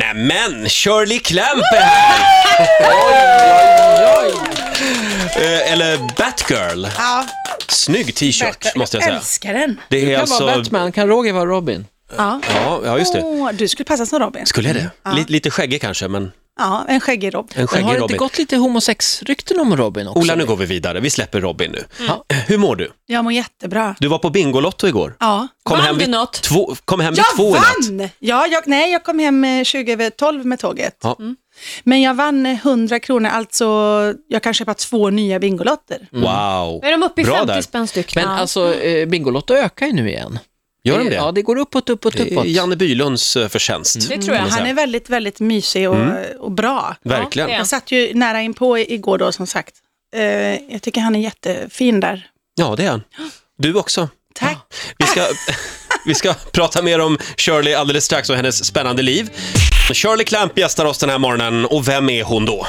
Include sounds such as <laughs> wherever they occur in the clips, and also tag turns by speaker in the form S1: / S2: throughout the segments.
S1: Nämen, Shirley Clamp är här! Eh, Eller Batgirl.
S2: Ja,
S1: Snygg t-shirt,
S2: Berta,
S1: måste jag
S2: jag
S1: säga.
S2: älskar den.
S1: Det är
S3: Kan
S1: alltså...
S3: vara Batman, kan Roger vara Robin?
S2: Ja.
S1: Ja, ja, just det.
S2: Åh, du skulle passa som Robin.
S1: Skulle jag det? Li- lite skäggig kanske, men
S2: Ja, en skäggig Robin.
S1: en
S3: Men har
S1: skäggig
S3: det inte
S1: Robin.
S3: gått lite homosex-rykten om Robin också?
S1: Ola, nu går vi vidare. Vi släpper Robin nu. Eh, Hur mår du?
S2: Jag mår jättebra.
S1: Du var på Bingolotto igår.
S2: Ja.
S1: Kom
S4: Vann
S1: hem
S4: du
S1: vid
S4: något?
S1: Två, kom hem vid
S2: Jag
S1: två i natt.
S2: vann! Ja, jag, nej, jag kom hem eh, 20 över 12 med tåget.
S1: Ja.
S2: Men jag vann eh, 100 kronor, alltså jag kan köpa två nya Bingolotter.
S1: Wow.
S4: Är de uppe i
S1: Bra
S4: 50
S1: där.
S4: spänn styck?
S3: Men
S4: Ja.
S3: alltså, eh, Bingolotto ökar ju nu igen.
S1: Gör de det?
S3: Ja, det går uppåt, uppåt,
S1: Det är
S3: uppåt.
S1: Janne Bylunds eh, förtjänst.
S4: det tror jag.
S1: Mm.
S2: Han är väldigt, väldigt mysig och, och bra.
S1: Verkligen.
S4: Ja, det är
S2: Jag satt ju nära inpå i- igår då, som sagt. Eh, jag tycker han är jättefin där.
S1: Ja, det är han. Du också.
S2: Tack.
S1: Vi ska, <laughs> vi ska prata mer om Shirley alldeles strax och hennes spännande liv. Shirley Clamp gästar oss den här morgonen och vem är hon då?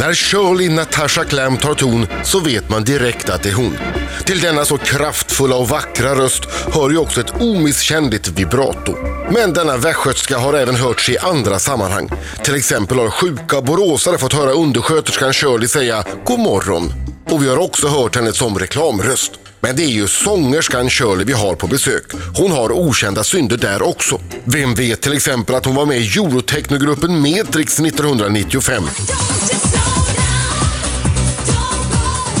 S5: När Shirley Natasha Clamp tar ton så vet man direkt att det är hon. Till denna så kraftfulla och vackra röst hör ju också ett omisskännligt vibrato. Men denna västgötska har även hörts i andra sammanhang. Till exempel har sjuka boråsare fått höra undersköterskan Shirley säga god morgon. Och vi har också hört henne som reklamröst. Men det är ju sångerskan Shirley vi har på besök. Hon har okända synder där också. Vem vet till exempel att hon var med i Eurotechnogruppen Matrix 1995?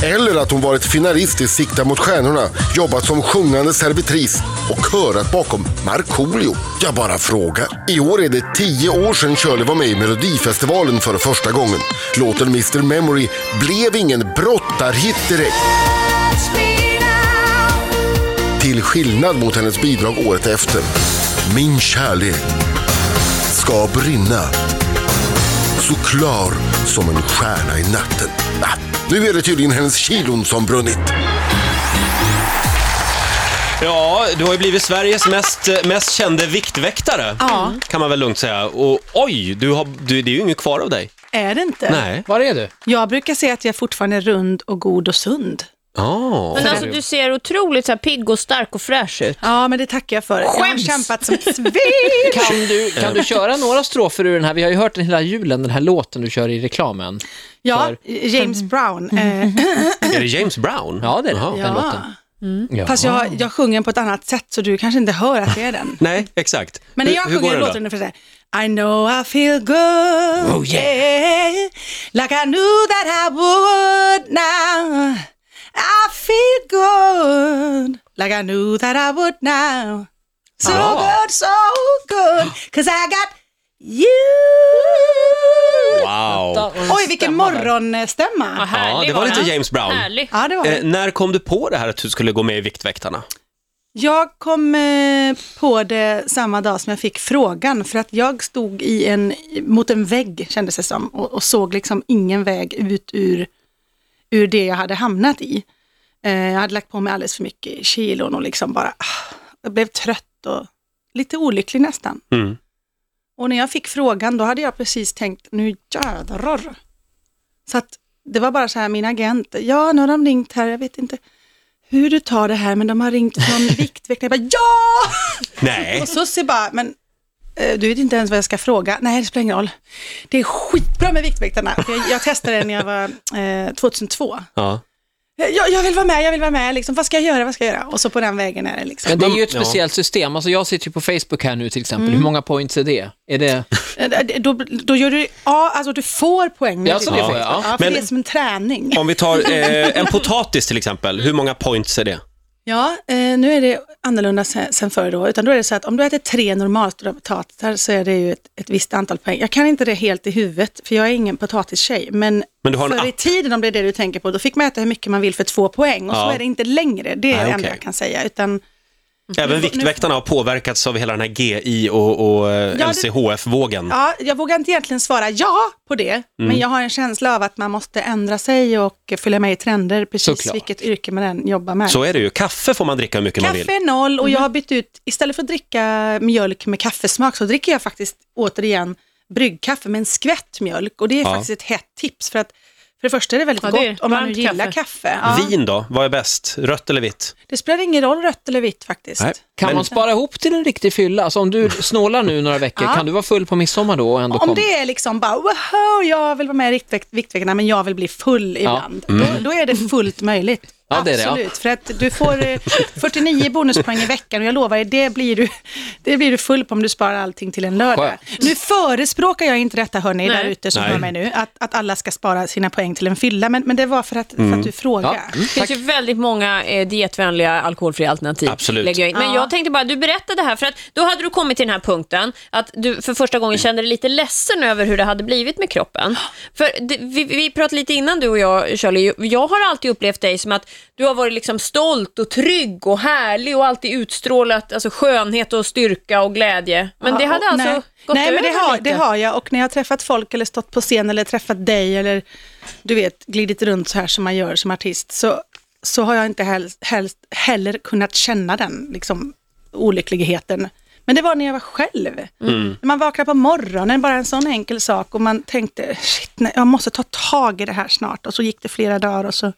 S5: Eller att hon varit finalist i Sikta mot stjärnorna, jobbat som sjungande servitris och körat bakom Markoolio. Jag bara frågar. I år är det tio år sedan Shirley var med i Melodifestivalen för första gången. Låten Mr Memory blev ingen brottarhit direkt. Till skillnad mot hennes bidrag året efter. Min kärlek ska brinna så klar som en stjärna i natten. Ah, nu är det tydligen hennes kilon som brunnit.
S1: Ja, du har ju blivit Sveriges mest, mest kände viktväktare.
S2: Ja.
S1: Kan man väl lugnt säga. Och oj, du har, du, det är ju inget kvar av dig.
S2: Är det inte?
S1: Nej.
S3: Var är du?
S2: Jag brukar säga att jag fortfarande är rund och god och sund.
S1: Ja.
S4: Men alltså, du ser otroligt så här, pigg och stark och fräsch ut.
S2: Ja, men det tackar jag för. Jag har
S4: Skäms!
S2: kämpat som ett
S3: <laughs>
S2: svin.
S3: Kan
S1: <laughs>
S3: du, kan
S1: Eh.
S3: du köra några strofer ur den här? Vi har ju hört den hela julen, den här låten du kör i reklamen.
S2: Ja,
S3: För-
S2: James Brown. Eh,
S1: Är det James Brown?
S3: Ja, det är det,
S1: Jaha.
S3: den låten.
S2: ja.
S3: Ja.
S2: Fast jag, jag sjunger på ett annat sätt så du kanske inte hör att det är den.
S1: Nej, exakt.
S2: Men när jag sjunger
S1: går
S2: den
S1: då?
S2: låter den ungefär så här. I know I feel good,
S3: Oh, yeah.
S2: like I knew that I would now. I feel good, like I knew that I would now. So
S1: Ah.
S2: good, so good, cause I got you.
S1: Wow.
S2: Oj, vilken
S4: Ja,
S2: morgonstämma.
S4: härlig
S1: Ja, det var lite
S4: den.
S1: James Brown.
S4: Härlig.
S2: Ja, det var
S1: Eh,
S2: det.
S1: när kom du på det här att du skulle gå med i Viktväktarna?
S2: Jag kom eh, på det samma dag som jag fick frågan, för att jag stod i en, mot en vägg, kändes det som, och, och såg liksom ingen väg ut ur, ur det jag hade hamnat i. Eh, jag hade lagt på mig alldeles för mycket kilon och liksom bara, ah, jag blev trött och lite olycklig nästan.
S1: Mm.
S2: Och när jag fick frågan, då hade jag precis tänkt, nu jädrar. Så att det var bara så här, min agent, ja nu har de ringt här, jag vet inte hur du tar det här, men de har ringt
S3: <laughs>
S2: från viktväktare. Jag bara, ja!
S1: Nej.
S2: Och Sussie bara, men eh, du vet inte ens vad jag ska fråga. Nej, det spelar ingen roll. Det är skitbra med Viktväktarna. För Jag, jag testade det när jag var eh, 2002.
S1: Ja.
S2: Jag, jag vill vara med, jag vill vara med, liksom, vad ska jag göra, vad ska jag göra? Och så på den vägen är det liksom.
S3: Men det är ju ett
S1: Ja.
S3: speciellt system. Alltså jag sitter ju på Facebook här nu till exempel. Hur många points är det? Är det...
S2: Eh, Då, då gör du, ja, alltså du får poäng. med
S3: Ja, så det
S2: Viktväktarna.
S3: får jag, ja.
S2: Ja, för
S1: Men-
S2: det är som en träning.
S1: Om vi tar eh, en potatis till exempel, hur många points är det?
S2: Ja, eh, nu är det annorlunda sen, sen förr då, utan då är det så att om du äter tre normalstora potatisar så är det ju ett, ett visst antal poäng. Jag kan inte det helt i huvudet, för jag är ingen potatistjej, men,
S1: Men du har en
S2: förr i
S1: app.
S2: tiden, om det är det du tänker på, då fick man äta hur mycket man vill för två poäng, och
S1: Ja.
S2: så är det inte längre, det är
S1: Nej,
S2: det enda
S1: okej.
S2: jag kan säga, utan Mm.
S1: Även Viktväktarna har påverkats av hela den här GI och, och eh,
S2: det-
S1: LCHF-vågen.
S2: ja, jag vågar inte egentligen svara ja på det,
S1: Mm.
S2: men jag har en känsla av att man måste ändra sig och följa med i trender, precis
S3: Såklart.
S2: vilket yrke man än jobbar med.
S1: Så är det ju. Kaffe får man dricka hur mycket man
S2: Kaffe
S1: vill. Mhm.
S2: är noll och jag har bytt ut, istället för att dricka mjölk med kaffesmak så dricker jag faktiskt återigen bryggkaffe med en skvätt mjölk och det är
S1: Ja.
S2: faktiskt ett hett tips för att För det första är det väldigt
S4: Ja, det
S2: gott
S4: är
S2: om man nu
S4: varmt
S2: gillar
S4: kaffe.
S2: kaffe. Ja.
S1: Vin då? Vad är bäst? Rött eller vitt?
S2: Det spelar ingen roll rött eller vitt faktiskt.
S1: Nej.
S3: Kan
S1: Men-
S3: man spara ihop till en riktig fylla? Alltså om du snålar nu några veckor,
S2: Ja.
S3: kan du vara full på midsommar då och ändå
S2: Om
S3: komma?
S2: det är liksom bara, wow, jag vill vara med i Riktväkt- Viktveckorna men jag vill bli full ibland. Då, då är det fullt möjligt.
S3: Mm. <laughs> Ja, det är det, ja.
S2: Absolut, för att du får eh, 49 bonuspoäng i veckan och jag lovar dig, det blir du, det blir du full på om du sparar allting till en lördag. Nu förespråkar jag inte detta, hörni,
S4: Nej.
S2: där ute som
S1: Nej.
S2: hör mig nu, att, att alla ska spara sina poäng till en fylla, men, men det var för att, för att du frågade.
S3: Ja. Mm.
S4: Det finns ju väldigt många eh, dietvänliga alkoholfria alternativ.
S1: Absolut.
S4: Lägger jag in. Men
S2: Ja.
S4: jag tänkte bara, du berättade här, för att då hade du kommit till den här punkten att du för första gången kände dig lite ledsen över hur det hade blivit med kroppen. För det, vi, vi pratade lite innan du och jag, Shirley, jag har alltid upplevt dig som att du har varit liksom stolt och trygg och härlig och alltid utstrålat alltså, skönhet och styrka och glädje. Men det
S2: Ja,
S4: hade
S2: och-
S4: alltså
S2: nej.
S4: gått
S2: Nej,
S4: över
S2: men det har,
S4: lite.
S2: det har jag och när jag har träffat folk eller stått på scen eller träffat dig eller du vet, glidit runt så här som man gör som artist så, så har jag inte helst, helst, heller kunnat känna den liksom, olyckligheten. Men det var när jag var själv. När man vaknade på morgonen, bara en sån enkel sak och man tänkte, shit, nej, jag måste ta tag i det här snart. Och så gick det flera dagar och så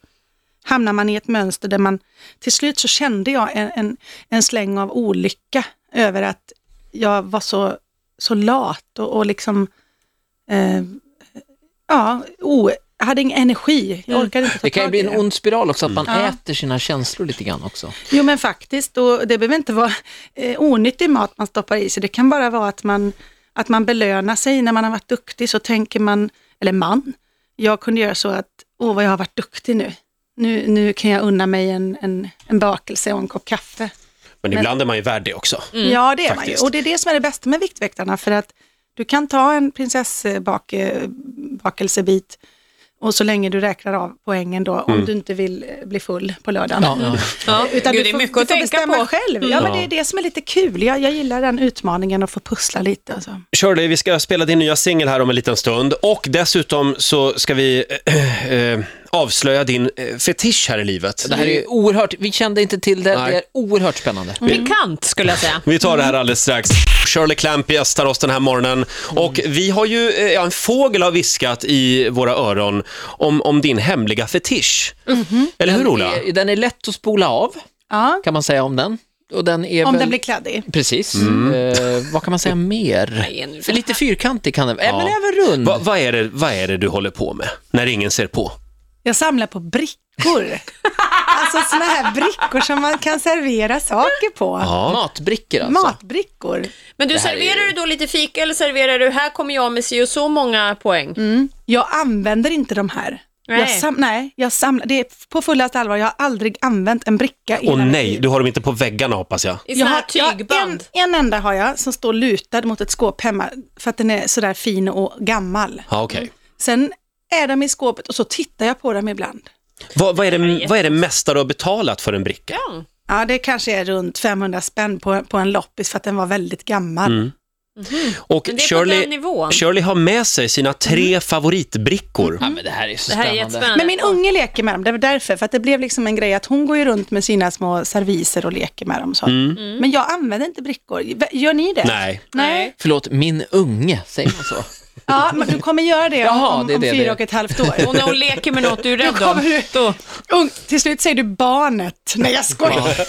S2: hamnar man i ett mönster där man, till slut så kände jag en, en, en släng av olycka över att jag var så, så lat och, och liksom, eh, ja, o, jag hade ingen energi, jag orkade inte ta
S3: Mm. Det kan ju
S2: tag
S3: bli
S2: i
S3: en
S2: det.
S3: ond spiral också, att man
S2: Ja.
S3: äter sina känslor lite grann också.
S2: Jo men faktiskt, och det behöver inte vara eh, onyttig mat man stoppar i sig, det kan bara vara att man, att man belönar sig när man har varit duktig, så tänker man, eller man, jag kunde göra så att, åh vad jag har varit duktig nu. Nu, nu kan jag unna mig en, en, en bakelse och en kopp kaffe.
S1: Men ibland är man ju värd det också.
S2: ja, det är man
S1: faktiskt.
S2: ju. Och det är det som är det bästa med Viktväktarna, för att du kan ta en prinsessbakelsebit och så länge du räknar av poängen då, om du inte vill eh, bli full på lördagen.
S4: Ja.
S2: Utan
S4: Gud,
S2: du
S4: det är
S2: får,
S4: mycket
S2: du
S4: att
S2: får
S4: tänka
S2: bestämma
S4: på. Mm.
S2: själv. Ja, men det är det som är lite kul. Jag, jag gillar den utmaningen att få pussla lite. Alltså.
S1: Shirley, vi ska spela din nya singel här om en liten stund och dessutom så ska vi eh, eh, avslöja din eh, fetisch här i livet.
S3: Det här är ju oerhört, vi kände inte till det,
S1: Nej.
S3: det är oerhört spännande.
S4: Pikant skulle jag säga.
S1: Vi tar det här alldeles strax. Shirley Clamp gästar oss den här morgonen och vi har ju, eh, ja, en fågel har viskat i våra öron om, om din hemliga fetisch. Eller hur Ola?
S3: Den är- Den är lätt att spola av,
S2: Ja,
S3: kan man säga om den. Och den är
S2: om
S3: väl...
S2: den blir kladdig.
S3: Precis. Eh, vad kan man säga mer?
S4: Nej, nu-
S3: För lite fyrkantig kan den vara, men även rund.
S1: Va, vad, är det, vad är det du håller på med när ingen ser på?
S2: Jag samlar på
S4: <laughs>
S2: brickor. alltså såna här brickor som man kan servera saker på.
S3: Matbrickor alltså.
S2: Matbrickor.
S4: Men du
S3: här är ju-
S4: serverar du då lite fika eller serverar du, här kommer jag med si och så många poäng?
S2: Jag använder inte de här.
S4: Nej.
S2: Jag sam- nej, jag samlar, det är på fullaste allvar, jag har aldrig använt en bricka. i
S1: Och
S2: hela mitt
S1: nej,
S2: liv.
S1: du har dem inte på väggarna hoppas jag.
S4: I
S2: Jag
S4: såna här
S2: har, jag,
S4: tygband.
S2: en, en enda har jag som står lutad mot ett skåp hemma för att den är sådär fin och gammal.
S1: Ja, okej.
S2: Sen är de i skåpet och så tittar jag på dem ibland.
S1: Vad, vad, är det, vad är det mesta du har betalat för en bricka?
S2: Ja, det kanske är runt 500 spänn på, på en loppis för att den var väldigt gammal.
S3: Mm.
S1: Och
S4: Men det är på den
S1: Shirley,
S4: nivån.
S1: Shirley har med sig sina tre favoritbrickor.
S3: Ja, men det här är så
S4: Det här är
S3: spännande.
S4: jättespännande.
S2: Men min unge leker med dem, det var därför, för att det blev liksom en grej att hon går ju runt med sina små serviser och leker med dem. Så.
S3: Mm.
S2: Men jag använder inte brickor. Gör ni det?
S1: Nej.
S2: Mm. Nej.
S3: Förlåt, min unge, säger man så?
S2: Ja, men du kommer göra det
S3: Jaha,
S2: om,
S3: det är
S2: om
S3: det,
S2: fyra
S3: det.
S2: och ett halvt år.
S4: Och när hon leker med något du
S2: <laughs>
S4: är rädd
S2: kommer
S4: om,
S2: du-
S4: då...
S2: Ung, till slut säger du barnet. Nej, jag skojar.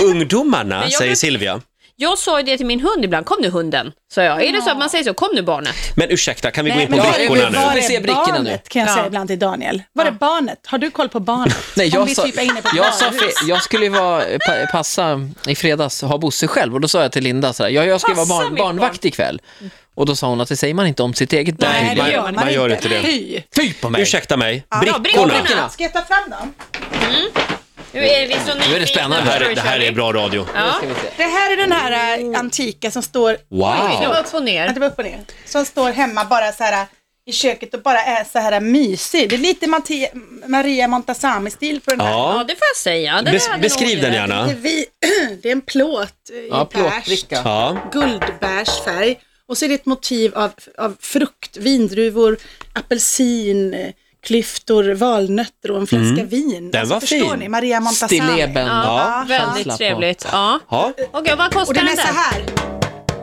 S1: Ungdomarna,
S4: jag
S1: säger
S4: brukar-
S1: Silvia.
S4: Jag sa ju det till min hund ibland, kom nu hunden, sa jag. Är det så att man säger så, kom nu barnet?
S1: Men ursäkta, kan vi gå
S2: Nej,
S1: in på
S2: men
S3: Ja,
S1: brickorna
S3: vi-
S1: nu?
S2: Var
S3: Vi ser
S2: är
S3: brickorna nu.
S2: barnet, kan jag
S4: Ja.
S2: säga ibland till Daniel. Var är barnet? Har du koll på barnet?
S3: Nej,
S2: Om
S3: jag
S2: vi
S3: sa,
S2: typ är inne på ett
S3: jag, sa
S2: varuhus.
S3: fe- jag skulle ju vara, pa, passa i fredags, ha Bosse själv och då sa jag till Linda sådär, jag, jag ska vara
S4: Passa
S3: barn,
S4: mitt barn.
S3: barnvakt ikväll. Och då sa hon att det säger man inte om sitt eget barn.
S2: Nej, det
S1: Man-
S2: gör
S1: man
S2: man,
S1: gör inte det.
S2: Fy.
S3: Fy på mig!
S1: Ursäkta mig,
S4: Ja,
S1: brickorna.
S4: brickorna.
S2: Ska jag ta fram dem?
S4: Nu är vi så
S3: Nu är det
S4: nyfikna,
S3: spännande.
S1: Det här, är- det här
S4: Shirley.
S1: är bra radio.
S4: Ja.
S3: Ska vi se.
S2: Det här är den här äh, antika som står...
S4: Det
S1: Wow!
S4: var upp och
S2: Ja,
S4: ner.
S2: Det var upp och ner. Som står hemma bara så här äh, i köket och bara är så här äh, mysig. Det är lite Matti- Maria Montazami-stil på den här.
S4: Ja,
S1: Ja,
S4: det får jag säga. Den
S1: Bes-
S4: hade nog
S1: beskriv den
S4: gillat.
S2: Det, är
S1: gärna.
S2: vi, <clears throat> det är en plåt äh, i
S3: Ja,
S2: bärs,
S3: plåtbricka.
S1: Ja.
S2: guldbärsfärg. Och så är det ett motiv av, av frukt, vindruvor, apelsin, äh, klyftor, valnötter och en flaska vin.
S1: Mm.
S2: Alltså,
S1: Den var
S2: förstår
S1: fin.
S2: ni? Maria Montazami.
S3: Stilleben.
S1: Ja.
S3: Känsla
S4: Väldigt
S3: på.
S4: trevligt. Ja.
S1: Ja.
S4: Okej, vad kostar
S2: Och den är
S4: den
S2: så
S4: där?
S2: här.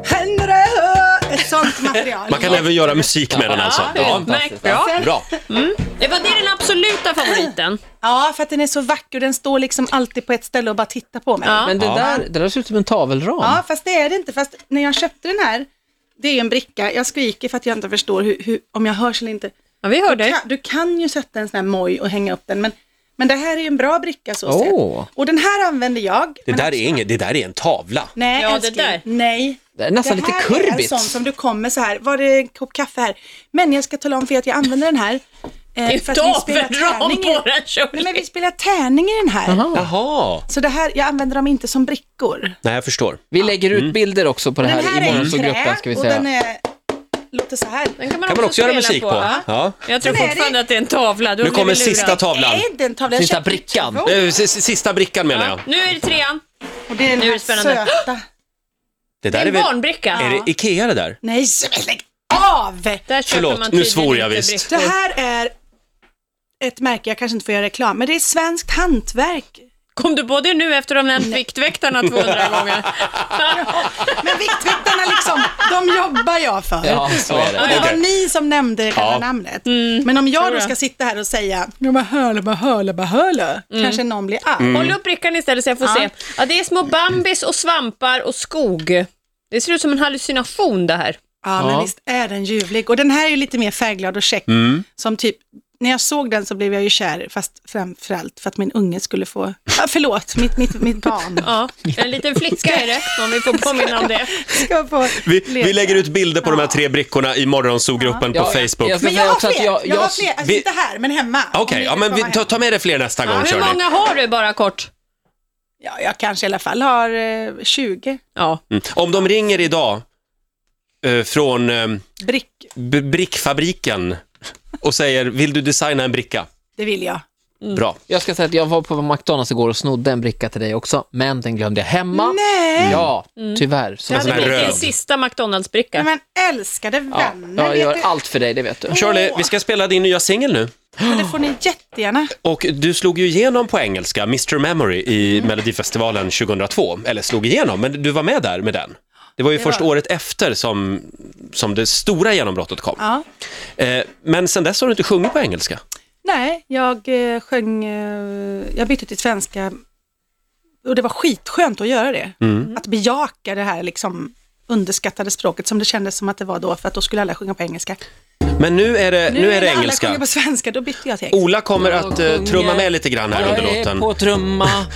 S2: Henry, Ett sånt material.
S1: Man kan även göra musik med den alltså.
S4: Ja,
S1: Ja,
S4: utmärkt. Bra.
S1: bra.
S4: Det var det är den absoluta favoriten.
S2: Ja, för att den är så vacker. Den står liksom alltid på ett ställe och bara tittar på mig.
S4: Ja.
S3: Men det, där, det där ser ut som en tavelram.
S2: Ja, fast det är det inte. Fast när jag köpte den här, det är ju en bricka. Jag skriker för att jag inte förstår hur, hur, om jag hörs eller inte.
S4: Ja, vi hör dig.
S2: Kan, du kan ju sätta en sån här moj och hänga upp den, men, men det här är ju en bra bricka så
S3: Åh.
S2: sett. Och den här använder jag.
S1: Det
S2: men
S1: där
S2: också-
S1: är, inget, det där är en tavla.
S2: Nej,
S4: Ja, det
S2: älskling.
S4: där.
S2: Nej.
S3: Det är nästan
S2: det
S3: lite
S2: här är en
S3: kurvigt.
S2: sån som du kommer så här, var det en kopp kaffe här? Men jag ska tala om för er att jag använder den här. eh,
S4: Det är
S2: för att vi spelar
S4: tavelram
S2: tärning i-
S4: på den
S2: Nej men
S4: Shirley.
S2: vi spelar tärning i den här.
S1: Jaha.
S2: Så det här, jag använder dem inte som brickor.
S1: Nej, jag förstår.
S3: Vi lägger ut bilder också på det
S2: Den
S3: här,
S2: här
S3: i
S2: är i
S3: morgonsågruppen
S2: trä
S3: ska vi
S2: och
S3: säga.
S2: den är, låter så här.
S4: Den kan man,
S1: Kan man också göra
S4: spela
S1: musik på?
S4: ja.
S1: Ja.
S4: Jag tror
S2: Men är det-
S4: fortfarande att det är en tavla. Du har
S1: Nu kommer
S4: blivit
S1: sista
S4: lurad.
S1: tavlan.
S2: Nej, den tavlan. Jag
S3: Sista
S2: köpte
S3: brickan.
S2: två.
S1: Eh, s- s- Sista brickan menar jag.
S4: Ja. Nu är det trean.
S2: Och det är den
S4: Nu är
S2: här
S4: det spännande.
S2: söta.
S1: Det
S4: Det
S1: där
S4: är
S1: är
S4: en
S1: väl...
S4: barnbricka.
S1: Är det Ikea det där?
S2: Nej, men lägg av!
S4: Där köper
S1: Förlåt,
S4: man
S1: nu
S4: tydligen
S1: svor jag
S4: inte
S1: visst.
S2: Det
S4: brickor.
S2: här är ett märke, jag kanske inte får göra reklam, men det är svenskt hantverk.
S4: Kom du på det nu
S1: <laughs>
S4: efter att ha nämnt Viktväktarna 200
S1: Mm.
S4: gånger?
S2: Men Viktväktarna liksom, de jobbar jag för.
S3: Ja, så är
S2: Och
S3: det.
S2: det
S1: Okej.
S2: var ni som nämnde själva namnet. men om jag då ska sitta här och säga "Ja, men höle, bara höle, bara höle", kanske någon blir
S1: Mm.
S2: arg.
S4: Håll upp brickan istället så jag får se. Ja, det är små bambis och svampar och skog. Det ser ut som en hallucination det här.
S2: Ja,
S3: Ja.
S2: men visst är den ljuvlig. Och den här är ju lite mer färgglad och käck.
S1: Mm.
S2: Som typ, när jag såg den så blev jag ju kär, fast framförallt för att min unge skulle få, ah, förlåt, mitt, mitt, mitt barn
S4: Ja, en liten flicka är det, om vi får påminna om det.
S2: ska få
S1: Vi,
S2: leka.
S1: vi lägger ut bilder på de här tre brickorna i morgonsogruppen på
S3: Ja, jag-
S1: Facebook.
S3: jag ska
S2: Men
S3: säga
S2: jag har
S3: också att
S2: fler,
S3: jag-
S2: jag,
S3: jag-
S2: har fler, alltså
S1: vi-
S2: inte här, men hemma.
S1: Okej,
S2: Om ni
S1: ja,
S2: vill
S1: men vi,
S2: komma
S1: ta,
S2: hem.
S1: ta med dig fler nästa
S4: Ja,
S1: gång,
S4: hur
S1: Shirley.
S4: många har du bara kort?
S2: Ja, jag kanske i alla fall har eh, 20
S4: Ja.
S1: Mm. Om de ringer idag eh, från eh,
S2: brick.
S1: b- brickfabriken och säger, vill du designa en bricka?
S2: Det vill jag.
S1: Bra.
S3: Jag ska säga att jag var på McDonalds igår och snodde en bricka till dig också, men den glömde jag hemma.
S2: Nej, Mm.
S3: Ja, tyvärr. Så
S4: Det
S1: sån
S4: hade
S1: här
S4: blivit din
S1: röd.
S4: sista McDonalds-bricka.
S2: men älskade
S3: ja,
S2: vänner,
S3: jag
S2: vet
S3: gör
S2: du?
S3: allt för dig, det vet du.
S1: Shirley, vi ska spela din nya singel nu.
S2: Men det får ni jättegärna.
S1: Och du slog ju igenom på engelska, Mr Memory, i Melodifestivalen 2002. Eller slog igenom, men du var med där med den. Det var ju först
S2: var-
S1: året efter som, som det stora genombrottet kom.
S2: Ja.
S1: Eh, men sen dess har du inte sjungit på engelska.
S2: Nej, jag eh, sjöng, eh, jag bytte till svenska och det var skitskönt att göra det.
S1: Mm.
S2: Att bejaka det här liksom underskattade språket som det kändes som att det var då, för att då skulle alla sjunga på engelska.
S1: Men nu är det, nu är det
S2: när alla sjunger
S1: engelska. Oh,
S2: på svenska, då bytte jag till engelska.
S1: Ola kommer att eh,
S3: sjunger.
S1: trumma med lite grann här under
S3: Jag är
S1: låten.
S3: på trumma,